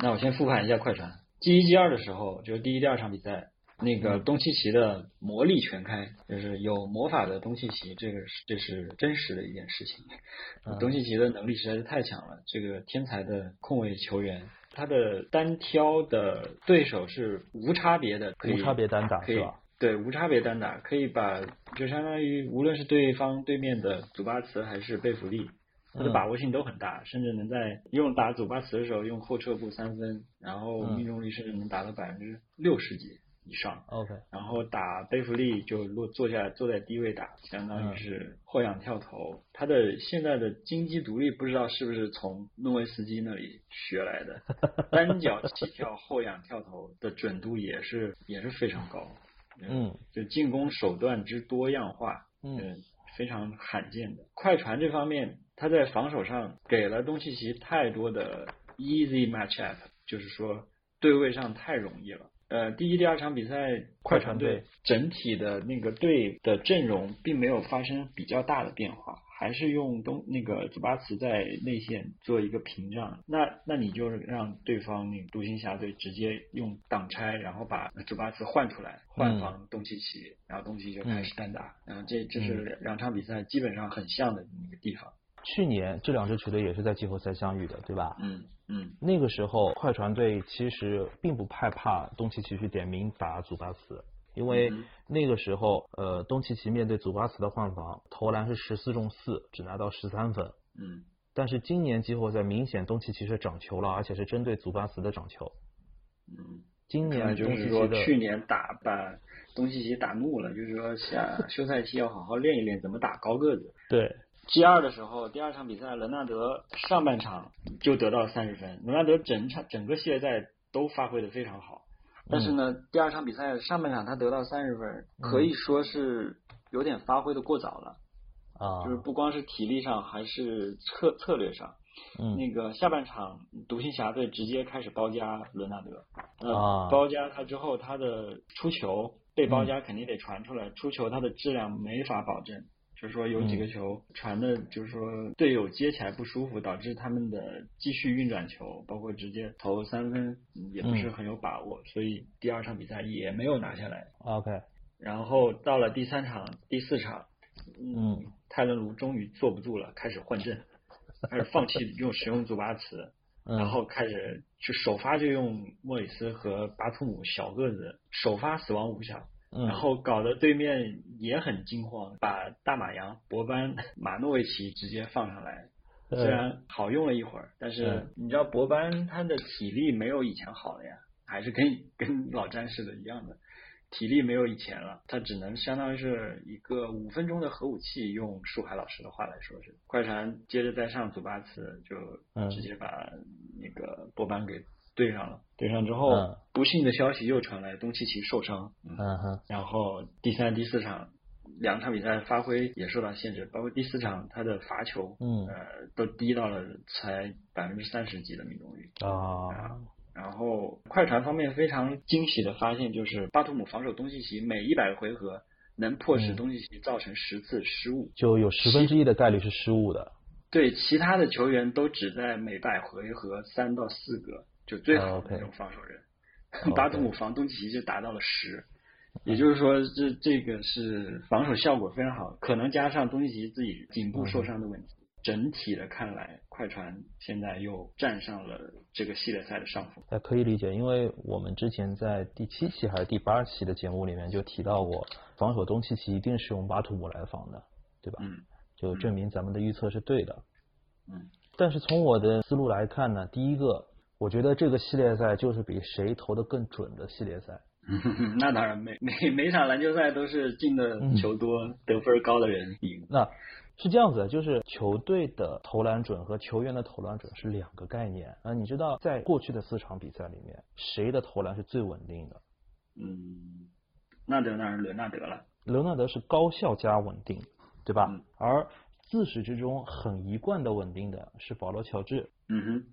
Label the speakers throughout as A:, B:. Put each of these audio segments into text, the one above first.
A: 那我先复盘一下快船 G 一 G 二的时候，就是第一、第二场比赛，那个
B: 嗯
A: 东契奇的魔力全开，就是有魔法的东契奇，这个是这是真实的一件事情。
B: 嗯
A: 东契奇的能力实在是太强了，这个天才的控卫球员，他的单挑的对手是无差别的，可以
B: 无差别单打
A: 可以
B: 啊是吧？
A: 对，无差别单打可以把就相当于无论是对方对面的祖巴茨还是贝弗利，他的
B: 嗯
A: 把握性都很大，甚至能在用打祖巴茨的时候用后撤步三分，然后
B: 嗯
A: 命中率甚至能达到百分之六十几以上。
B: OK，
A: 然后打贝弗利就落坐下坐在低位打，相
B: 嗯
A: 当于是后仰跳投。他的现在的金鸡独立不知道是不是从诺维斯基那里学来 的，单脚起跳后仰跳投的准度也是也是非常高。
B: 嗯
A: 就进攻手段之多样化，
B: 嗯，
A: 嗯，非常罕见的。快船这方面，他在防守上给了东契奇太多的 easy match up，就是说对位上太容易了。呃，第一、第二场比赛，快
B: 快船
A: 船
B: 队
A: 队整体的那个队的阵容并没有发生比较大的变化，还是用东那个祖巴茨在内线做一个屏障。那那你就让对方那个独行侠队直接用挡拆，然后把祖巴茨换出来，
B: 嗯
A: 换防东契奇，然后东契奇就开始单打，然后这这是
B: 嗯
A: 两两场比赛基本上很像的一个地方。
B: 去年这两支球队也是在季后赛相遇的，对吧？
A: 嗯嗯
B: 那个时候，快船队其实并不害怕东契奇去点名打祖巴茨，因为
A: 嗯哼
B: 那个时候，呃，东契奇面对祖巴茨的换防，投篮是十四中四，只拿到十三分。
A: 嗯
B: 但是今年季后赛明显东契奇是涨球了，而且是针对祖巴茨的涨球。
A: 嗯，
B: 今
A: 看来
B: 年
A: 就
B: 东
A: 是
B: 契
A: 说
B: 奇的
A: 去年打把东契奇打怒了，就是说下休赛期要好好练一练怎么打高个子。
B: 对，
A: G 二的时候，第二场比赛，伦纳德上半场就得到三十分，伦纳德整场整个系列赛都发挥的非常好。
B: 嗯
A: 但是呢，第二场比赛上半场他得到三十分，可以说是有点发挥的过早了，
B: 啊，
A: 就是不光是体力上，还是策策略上。
B: 嗯
A: 那个下半场，独行侠队直接开始包夹伦纳德，呃，
B: 啊嗯
A: 包夹他之后，他的出球被包夹肯定得传出来，出球他的质量没法保证，就是说有几
B: 嗯
A: 个球传的，就是说队友接起来不舒服，导致他们的继续运转球，包括直接投三分嗯也不是很有把握，所以第二场比赛也没有拿下来。
B: ，OK，
A: 然后到了第三场、第四场，
B: 嗯，
A: 泰伦卢终于坐不住了，开始换阵，开始放弃用使用祖巴茨。
B: 嗯
A: 然后开始就首发就用莫里斯和巴图姆小个子首发死亡五小，
B: 嗯，
A: 然后搞得对面也很惊慌，把大马洋、博班、马诺维奇直接放上来。虽
B: 对
A: 然好用了一会儿，但是
B: 嗯
A: 你知道博班他的体力没有以前好了呀，还是跟跟老詹似的一样的，体力没有以前了，他只能相当于是一个五分钟的核武器，用树海老师的话来说是，快船接着再上祖巴茨，
B: 嗯
A: 就直接把那个博班给对上了，对上之后，
B: 嗯
A: 不幸的消息又传来东契奇受伤，嗯
B: 嗯哼，
A: 然后第三、第四场两场比赛发挥也受到限制，包括第四场他的罚球，
B: 嗯
A: 呃，都低到了才百分之三十几的命中率。
B: 啊，
A: 然后快船方面非常惊喜的发现，就是巴图姆防守东契奇每一百个回合能迫使
B: 嗯
A: 东契奇造成十次失误，
B: 就有十分之一的概率是失误的。
A: 对其他的球员都只在每百回合三到四个，就最好
B: 哦
A: 的
B: ，OK
A: 那种防守人。
B: OK 嗯
A: 巴图姆防东契奇就达到了十，也就是说这这个是防守效果非常好，可能加上东契奇自己颈部受伤的问
B: 嗯
A: 题。整体的看来，快船现在又站上了这个系列赛的上风。
B: 那可以理解，因为我们之前在第七期还是第八期的节目里面就提到过，防守东契奇一定是用巴图姆来防的，对吧？
A: 嗯
B: 就证明咱们的预测是对的。
A: 嗯。
B: 但是从我的思路来看呢，第一个，我觉得这个系列赛就是比谁投的更准的系列赛。
A: 嗯 那当然，每每每场篮球赛都是进的
B: 嗯
A: 球多、得分高的人赢。
B: 那是这样子的，就是球队的投篮准和球员的投篮准是两个概念啊。你知道，在过去的四场比赛里面，谁的投篮是最稳定的？
A: 嗯，那得当然伦纳德了。
B: 伦纳德是高效加稳定，对吧？
A: 嗯
B: 而自始至终很一贯的稳定的是保罗·乔治。
A: 嗯哼。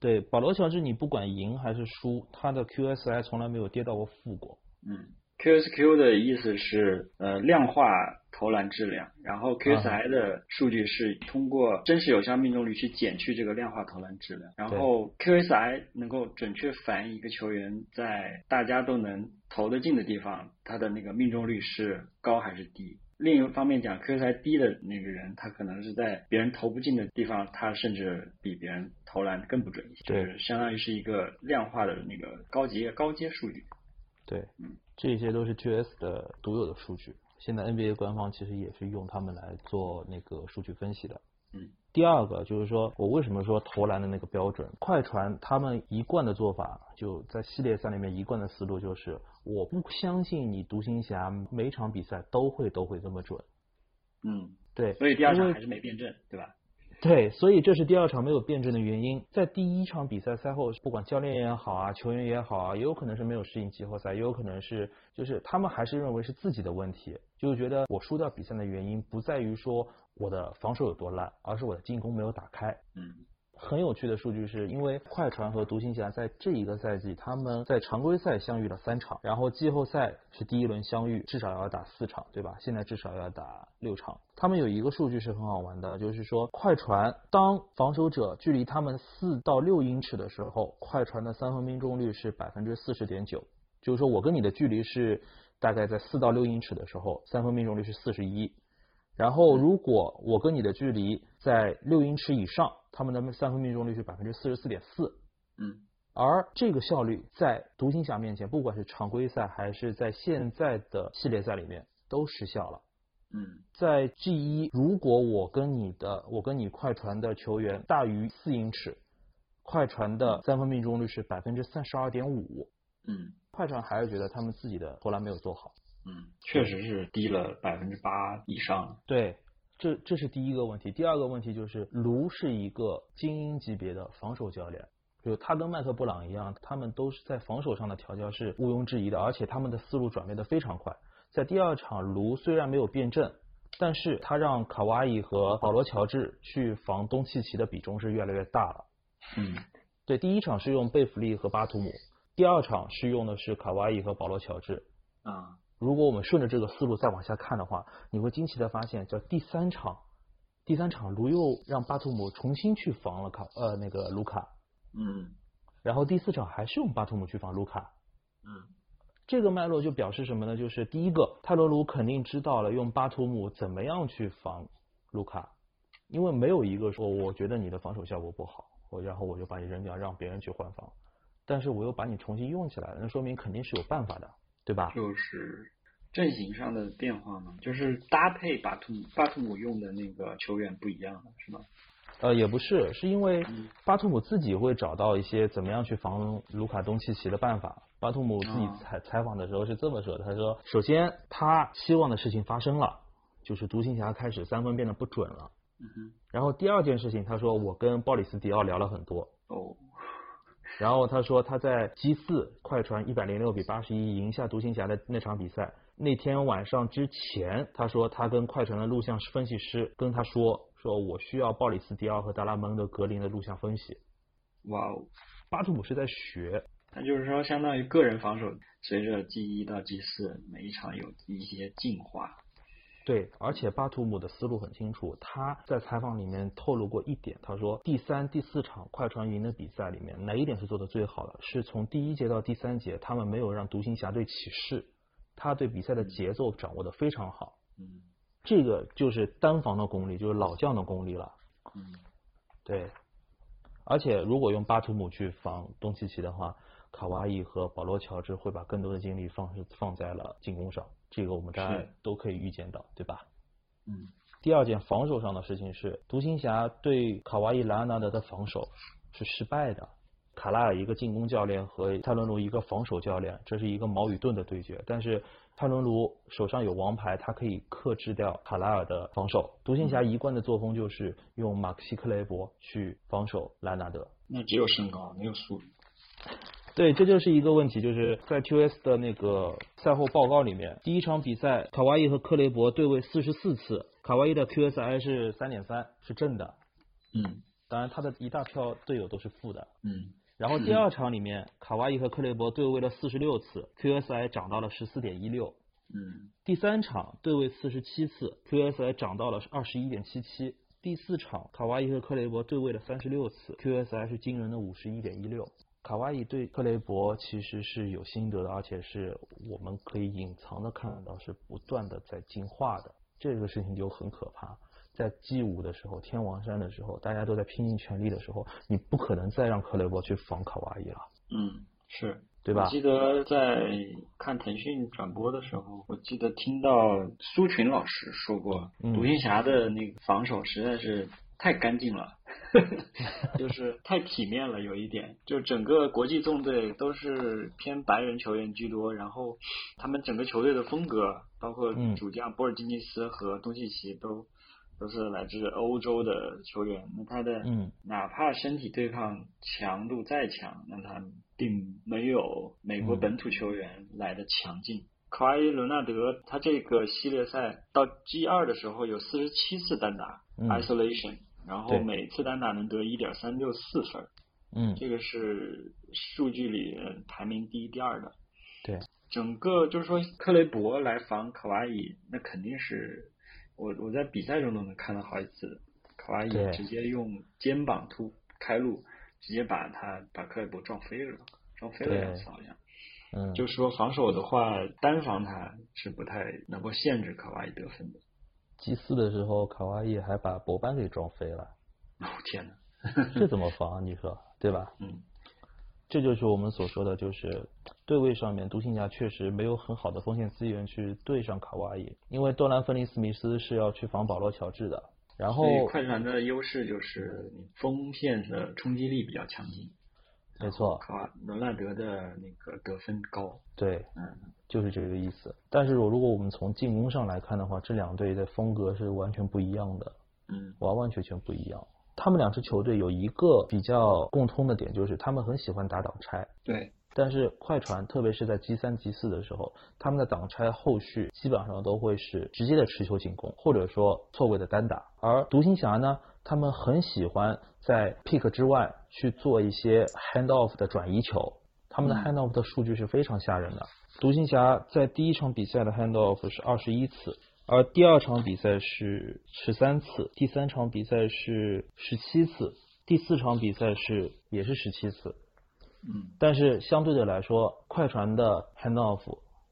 B: 对，保罗·乔治，你不管赢还是输，他的 QSI 从来没有跌到过负过。
A: 嗯，QSQ 的意思是呃量化投篮质量，然后 QSI 的数据是通过真实有效命中率去减去这个量化投篮质量，然后 QSI 能够准确反映一个球员在大家都能投得进的地方，他的那个命中率是高还是低。另一方面讲，QSI 低的那个人，他可能是在别人投不进的地方，他甚至比别人投篮更不准一些，
B: 对
A: 就是相当于是一个量化的那个高级高阶数据。
B: 对
A: 嗯，
B: 这些都是 GS 的独有的数据。现在 NBA 官方其实也是用它们来做那个数据分析的。
A: 嗯，
B: 第二个就是说我为什么说投篮的那个标准，快船他们一贯的做法，就在系列赛里面一贯的思路就是，我不相信你独行侠每场比赛都会都会这么准。
A: 嗯，
B: 对，
A: 所以第二
B: 因为
A: 场还是没辩证，对吧？
B: 对，所以这是第二场没有辩证的原因。在第一场比赛赛后，不管教练也好啊，球员也好啊，也有可能是没有适应季后赛，也有可能是就是他们还是认为是自己的问题，就是觉得我输掉比赛的原因不在于说我的防守有多烂，而是我的进攻没有打开。
A: 嗯
B: 很有趣的数据是，因为快船和独行侠在这一个赛季，他们在常规赛相遇了三场，然后季后赛是第一轮相遇，至少要打四场，对吧？现在至少要打六场。他们有一个数据是很好玩的，就是说快船当防守者距离他们四到六英尺的时候，快船的三分命中率是百分之四十点九，就是说我跟你的距离是大概在四到六英尺的时候，三分命中率是四十一。然后如果我跟你的距离在六英尺以上，他们的三分命中率是百分之四十四点四，
A: 嗯
B: 而这个效率在独行侠面前，不管是常规赛还是在现在的系列赛里面都失效了。
A: 嗯
B: 在 G 一，如果我跟你的我跟你快船的球员大于四英尺，快船的三分命中率是百分之三十二点五，
A: 嗯
B: 快船还是觉得他们自己的投篮没有做好。
A: 嗯，确实是低了百分之八以上。
B: 对，这这是第一个问题。第二个问题就是，卢是一个精英级别的防守教练，就他跟麦克布朗一样，他们都是在防守上的调教是毋庸置疑的，而且他们的思路转变得非常快。在第二场，卢虽然没有辩证，但是他让卡哇伊和保罗乔治去防东契奇的比重是越来越大了。
A: 嗯
B: 对，第一场是用贝弗利和巴图姆，第二场是用的是卡哇伊和保罗乔治。
A: 啊，
B: 如果我们顺着这个思路再往下看的话，你会惊奇的发现，叫第三场，第三场卢又让巴图姆重新去防了卡呃那个卢卡，
A: 嗯
B: 然后第四场还是用巴图姆去防卢卡。
A: 嗯
B: 这个脉络就表示什么呢？就是第一个，泰罗卢肯定知道了用巴图姆怎么样去防卢卡，因为没有一个说我觉得你的防守效果不好，我然后我就把你扔掉，让别人去换防，但是我又把你重新用起来了，那说明肯定是有办法的，对吧？
A: 就是阵型上的变化嘛，就是搭配巴图姆巴图姆用的那个球员不一样了，是吗？
B: 呃，也不是，是因为
A: 嗯
B: 巴图姆自己会找到一些怎么样去防卢卡东契奇的办法。巴图姆自己
A: 啊
B: 采采访的时候是这么说的，他说：“首先，他希望的事情发生了，就是独行侠开始三分变得不准了。
A: 嗯哼，
B: 然后第二件事情，他说我跟鲍里斯迪奥聊了很多，
A: 哦，
B: 然后他说他在 G 四快船一百零六比八十一赢下独行侠的那场比赛那天晚上之前，他说他跟快船的录像分析师跟他说，说我需要鲍里斯迪奥和达拉蒙德格林的录像分析。
A: 哇哦，
B: 巴图姆是在学，
A: 那就是说，相当于个人防守随着 G 一到 G 四每一场有一些进化。
B: 对，而且巴图姆的思路很清楚，他在采访里面透露过一点，他说第三、第四场快船赢的比赛里面，哪一点是做的最好的？是从第一节到第三节，他们没有让独行侠队起势，他对比赛的节奏掌握的非常好，
A: 嗯
B: 这个就是单防的功力，就是老将的功力了。
A: 嗯
B: 对，而且如果用巴图姆去防东契奇的话，卡哇伊和保罗乔治会把更多的精力放放在了进攻上，这个我们大家
A: 是
B: 都可以预见到，对吧？
A: 嗯
B: 第二件防守上的事情是，独行侠对卡哇伊莱昂纳德的防守是失败的。卡拉尔一个进攻教练和泰伦卢一个防守教练，这是一个矛与盾的对决。但是泰伦卢手上有王牌，他可以克制掉卡拉尔的防守。独行侠一贯的作风就是用马克西克雷伯去防守莱昂纳德。
A: 那只有身高，没有速度。
B: 对，这就是一个问题，就是在 QS 的那个赛后报告里面，第一场比赛卡哇伊和克雷伯对位四十四次，卡哇伊的 QSI 是三点三，是正的，
A: 嗯
B: 当然他的一大票队友都是负的。
A: 嗯
B: 然后第二场里面，卡哇伊和克雷伯对位了四十六次，QSI 涨到了十四点一六，
A: 嗯
B: 第三场对位四十七次，QSI 涨到了二十一点七七。第四场卡哇伊和克雷伯对位了三十六次，QSI 是惊人的五十一点一六。卡哇伊对克雷伯其实是有心得的，而且是我们可以隐藏的看到是不断的在进化的，这个事情就很可怕。在 G 五的时候，天王山的时候，大家都在拼尽全力的时候，你不可能再让克雷伯去防卡哇伊了，
A: 嗯，是。
B: 对吧
A: 我？记得在看腾讯转播的时候，我记得听到苏群老师说过，
B: 嗯
A: 独行侠的那个防守实在是太干净了， 就是太体面了，有一点。就整个国际纵队都是偏白人球员居多，然后他们整个球队的风格，包括
B: 嗯
A: 主将波尔津吉斯和东契奇都。都是来自欧洲的球员，那他的
B: 嗯，
A: 哪怕身体对抗强度再强，那他并没有美国
B: 嗯
A: 本土球员来的强劲。卡哇伊·伦纳德他这个系列赛到 G 二的时候有四十七次单打、
B: 嗯
A: isolation，然后
B: 对
A: 每次单打能得一点三六四分，
B: 嗯，
A: 这个是数据里呃排名第一、第二的。
B: 对，
A: 整个就是说克雷伯来防卡哇伊，那肯定是我我在比赛中都能看到好几次，卡哇伊
B: 对
A: 直接用肩膀突开路，直接把他把克雷伯撞飞了，撞飞了
B: 对
A: 两次好像。
B: 嗯，
A: 就是说防守的话，单防他是不太能够限制卡哇伊得分的。
B: G 四的时候，卡哇伊还把博班给撞飞了，
A: 我、天呐，
B: 这怎么防啊？你说对吧？
A: 嗯
B: 这就是我们所说的，就是对位上面，独行侠确实没有很好的锋线资源去对上卡哇伊，因为多兰芬尼斯密斯是要去防保罗乔治的，然后
A: 所以快船的优势就是你锋线的冲击力比较强劲，
B: 没错，
A: 卡瓦伦纳德的那个得分高。
B: 对，
A: 嗯
B: 就是这个意思。但是我如果我们从进攻上来看的话，这两队的风格是完全不一样的，
A: 嗯
B: 完完全全不一样。他们两支球队有一个比较共通的点，就是他们很喜欢打挡拆，
A: 对，
B: 但是快船，特别是在 G 三、G 四的时候，他们的挡拆后续基本上都会是直接的持球进攻，或者说错位的单打。而独行侠呢，他们很喜欢在 pick 之外去做一些 hand off 的转移球，他们的
A: 嗯
B: hand off 的数据是非常吓人的。独行侠在第一场比赛的 hand off 是二十一次，而第二场比赛是十三次，第三场比赛是十七次，第四场比赛是也是十七次。
A: 嗯。
B: 但是相对的来说，快船的 handoff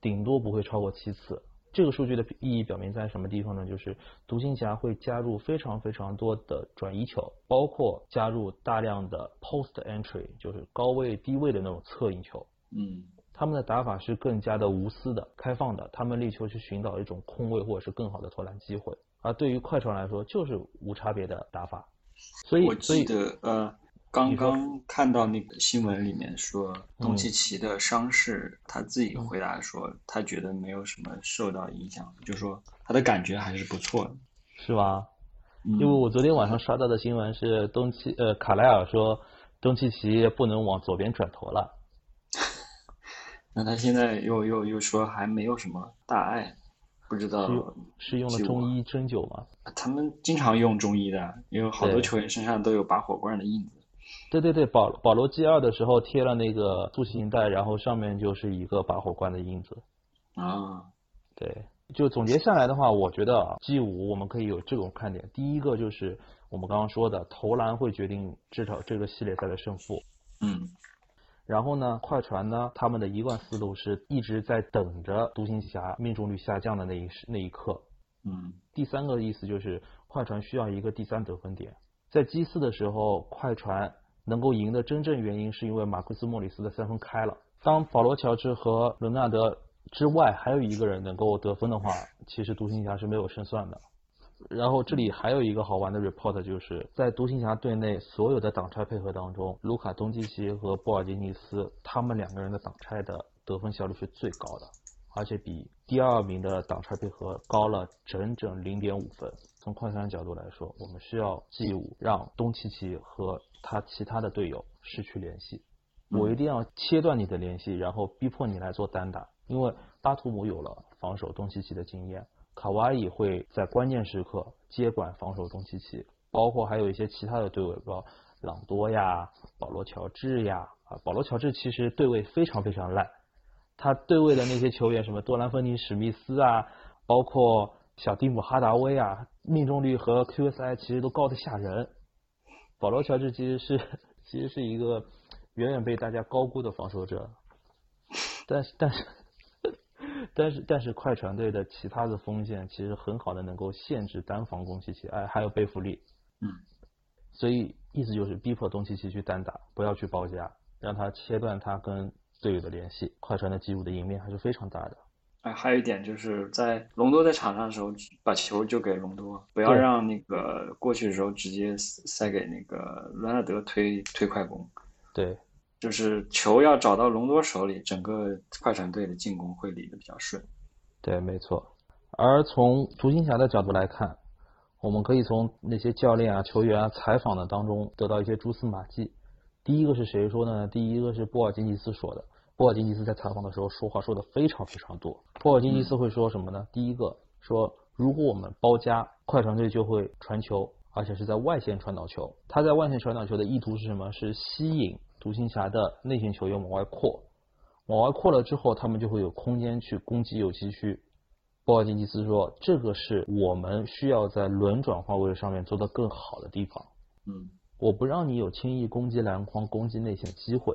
B: 顶多不会超过七次。这个数据的意义表明在什么地方呢？就是独行侠会加入非常非常多的转移球，包括加入大量的 post entry，就是高位低位的那种侧应球。
A: 嗯
B: 他们的打法是更加的无私的、开放的，他们力求去寻找一种空位或者是更好的投篮机会。而对于快船来说，就是无差别的打法。所，以
A: 我，
B: 所以
A: 记得呃，刚
B: 你说
A: 刚看到那个新闻里面说，东契奇的伤势，他自己
B: 嗯
A: 回答说，他觉得没有什么受到影响，就说他的感觉还是不错的。嗯
B: 是吧？
A: 因
B: 因为我昨天晚上刷到的新闻是东契呃卡莱尔说东契奇不能往左边转头了，
A: 那他现在又又又说还没有什么大碍，不知道
B: 是用是用了
A: 是我
B: 中医针灸吗？
A: 他们经常用中医的，因为好多
B: 对
A: 球员身上都有拔火罐的印子。
B: 对对对，保保罗 G 二的时候贴了那个塑形带，然后上面就是一个拔火罐的印子。
A: 啊，
B: 对，就总结下来的话，我觉得啊 G 五我们可以有这种看点，第一个就是我们刚刚说的投篮会决定这场这个系列赛的胜负。
A: 嗯
B: 然后呢，快船呢，他们的一贯思路是一直在等着独行侠命中率下降的那一时那一刻，
A: 嗯
B: 第三个意思就是快船需要一个第三得分点。在 G 四的时候，快船能够赢的真正原因是因为马库斯·莫里斯的三分开了。当保罗·乔治和伦纳德之外还有一个人能够得分的话，其实独行侠是没有胜算的。然后这里还有一个好玩的 report，就是在独行侠队内所有的挡拆配合当中，卢卡·东契奇和波尔津吉斯他们两个人的挡拆的得分效率是最高的。而且比第二名的挡拆配合高了整整零点五分。从快船的角度来说，我们需要 G 五让东契奇和他其他的队友失去联系，
A: 嗯
B: 我一定要切断你的联系，然后逼迫你来做单打，因为巴图姆有了防守东契奇的经验，卡哇伊会在关键时刻接管防守东契奇，包括还有一些其他的队友，包括朗多呀、保罗乔治呀啊，保罗乔治其实对位非常非常烂。他对位的那些球员，什么多兰芬尼史密斯啊，包括小蒂姆哈达威啊，命中率和 QSI 其实都高的吓人。保罗乔治其实是 其实是一个远远被大家高估的防守者，但是但是但是但是快船队的其他的锋线其实很好的能够限制单防宫崎奇，哎，还有贝弗利，
A: 嗯，
B: 所以意思就是逼迫东契奇去单打，不要去包夹，让他切断他跟队友的联系。快船的给予的赢面还是非常大的。
A: 啊，还有一点就是在隆多在场上的时候，把球就给隆多，不要
B: 对
A: 让那个过去的时候直接塞给那个伦纳德推推快攻，
B: 对，
A: 就是球要找到隆多手里，整个快船队的进攻会理得比较顺。
B: 对，没错。而从独行侠的角度来看，我们可以从那些教练啊、球员啊采访的当中得到一些蛛丝马迹。第一个是谁说的呢？第一个是波尔津吉斯说的。波尔津吉斯在采访的时候说话说的非常非常多。波尔津吉斯会说什么呢？第一个说，如果我们包夹，快船队就会传球，而且是在外线传导球。他在外线传导球的意图是什么？是吸引独行侠的内线球员往外扩，往外扩了之后，他们就会有空间去攻击有奇区。波尔津吉斯说，这个是我们需要在轮转换位上面做得更好的地方。
A: 嗯，
B: 我不让你有轻易攻击篮筐、攻击内线的机会。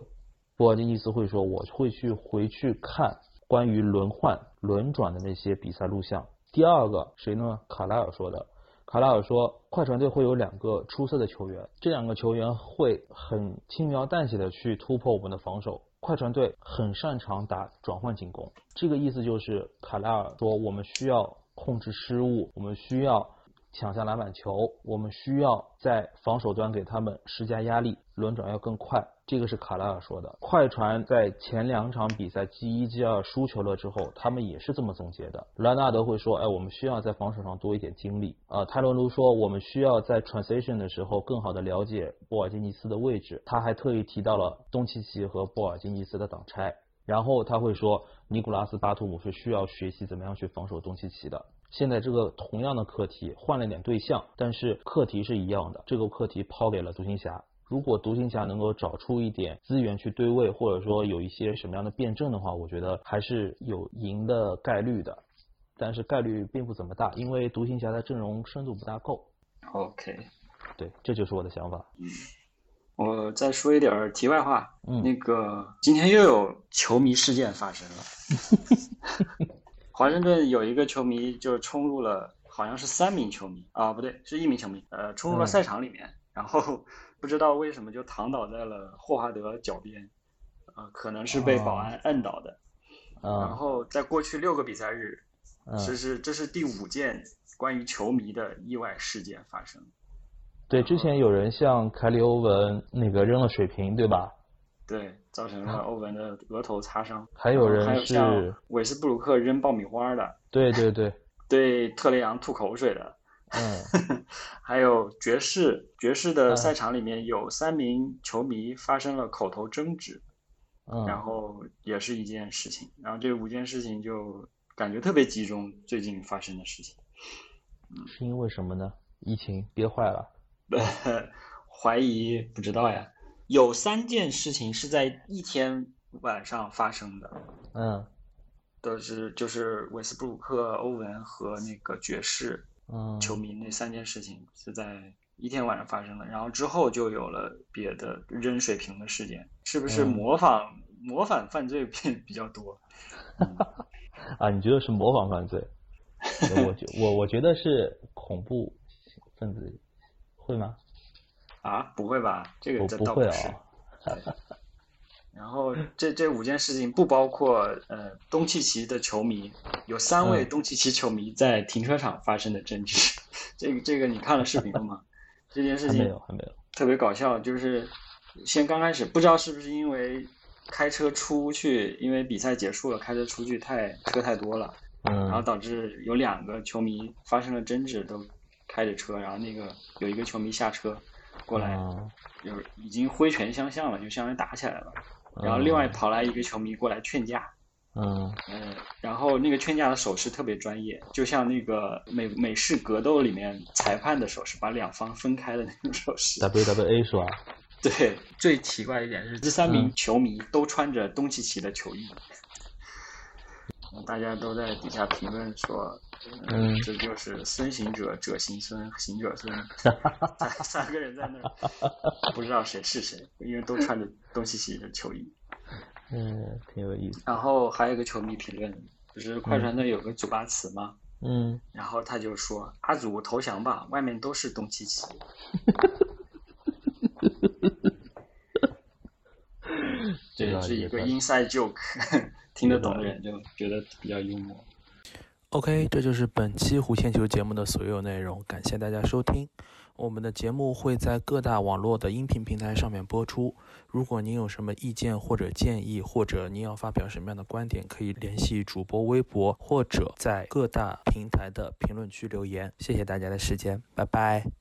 B: 波尔津吉斯会说，我会去回去看关于轮换、轮转的那些比赛录像。第二个谁呢？卡莱尔说的。卡莱尔说，快船队会有两个出色的球员，这两个球员会很轻描淡写的去突破我们的防守。快船队很擅长打转换进攻，这个意思就是卡莱尔说，我们需要控制失误，我们需要抢下篮板球，我们需要在防守端给他们施加压力，轮转要更快。这个是卡莱尔说的。快船在前两场比赛 G 一 G 二输球了之后，他们也是这么总结的。莱纳德会说：“哎，我们需要在防守上多一点精力。”呃，泰伦卢说：“我们需要在 transition 的时候更好的了解波尔津吉斯的位置。”他还特意提到了东契奇和波尔津吉斯的挡拆。然后他会说，尼古拉斯巴图姆是需要学习怎么样去防守东契奇的。现在这个同样的课题换了一点对象，但是课题是一样的。这个课题抛给了独行侠。如果独行侠能够找出一点资源去对位，或者说有一些什么样的辩证的话，我觉得还是有赢的概率的。但是概率并不怎么大，因为独行侠的阵容深度不大够。
A: OK，
B: 对，这就是我的想法。
A: 我再说一点儿题外话，
B: 嗯
A: 那个今天又有球迷事件发生了。 华盛顿有一个球迷就冲入了，好像是三名球迷啊，不对，是一名球迷，呃，冲入了
B: 嗯
A: 赛场里面，然后不知道为什么就躺倒在了霍华德脚边，呃，可能是被保
B: 哦
A: 安摁倒的。然
B: 嗯
A: 后在过去六个比赛日，这
B: 嗯，
A: 是这是第五件关于球迷的意外事件发生。
B: 对，之前有人向凯里欧文那个扔了水瓶，对吧？
A: 对，造成
B: 嗯
A: 了欧文的额头擦伤。
B: 还有
A: 然后还
B: 人
A: 有像
B: 是，
A: 韦斯布鲁克扔爆米花的，
B: 对对对，
A: 对特雷杨吐口水的，
B: 嗯，
A: 还有爵士，爵士的
B: 嗯
A: 赛场里面有三名球迷发生了口头争执，然
B: 嗯，
A: 后也是一件事情，然后这五件事情就感觉特别集中最近发生的事情，
B: 是因为什么呢？疫情憋坏了。
A: 怀疑不知道呀，有三件事情是在一天晚上发生的，
B: 嗯
A: 都是就是韦斯布鲁克、欧文和那个爵士
B: 嗯，
A: 球迷那三件事情是在一天晚上发生的，然后之后就有了别的扔水瓶的事件，是不是
B: 嗯
A: 模仿、模仿犯罪变比较多？
B: 啊，你觉得是模仿犯罪？对我觉我我觉得是恐怖分子，会吗？
A: 啊，不会吧？这个
B: 我
A: 这
B: 不
A: 倒
B: 会
A: 是。
B: 啊。
A: 然后这这五件事情不包括呃东契奇的球迷，有三位
B: 嗯
A: 东契奇球迷在停车场发生的争执， 这个这个你看了视频了吗？这件事
B: 还没
A: 情
B: 有，还没有。
A: 特别搞笑，就是先刚开始不知道是不是因为开车出去，因为比赛结束了，开车出去太车太多了，然后
B: 嗯
A: 导致有两个球迷发生了争执，都开着车，然后那个有一个球迷下车过来，
B: 嗯
A: 就是已经挥拳相向了，就相当于打起来了。
B: 啊
A: 然后另外跑来一个球迷过来劝架，
B: 嗯
A: 嗯，然后那个劝架的手势特别专业，就像那个美美式格斗里面裁判的手势，把两方分开的那种手势。
B: ，WWE 是吧？
A: 对，最奇怪一点是，这三名
B: 嗯
A: 球迷都穿着东契奇的球衣，大家都在底下评论说，呃
B: 嗯
A: 这就是孙行者、者行孙、行者 孙，三三个人在那儿，不知道谁是谁，因为都穿着东契奇的球衣。
B: 嗯，挺有意思。
A: 然后还有一个球迷评论，就是快船队有个九八词嘛，
B: 嗯，
A: 然后他就说：“阿祖投降吧，外面都是东契奇。”
B: 这
A: 这
B: 个
A: 是一个
B: 也
A: inside joke，听 得懂的人就觉得比较幽默。
C: OK，这就是本期弧线球节目的所有内容，感谢大家收听。我们的节目会在各大网络的音频平台上面播出。如果您有什么意见或者建议，或者您要发表什么样的观点，可以联系主播微博或者在各大平台的评论区留言。谢谢大家的时间，拜拜。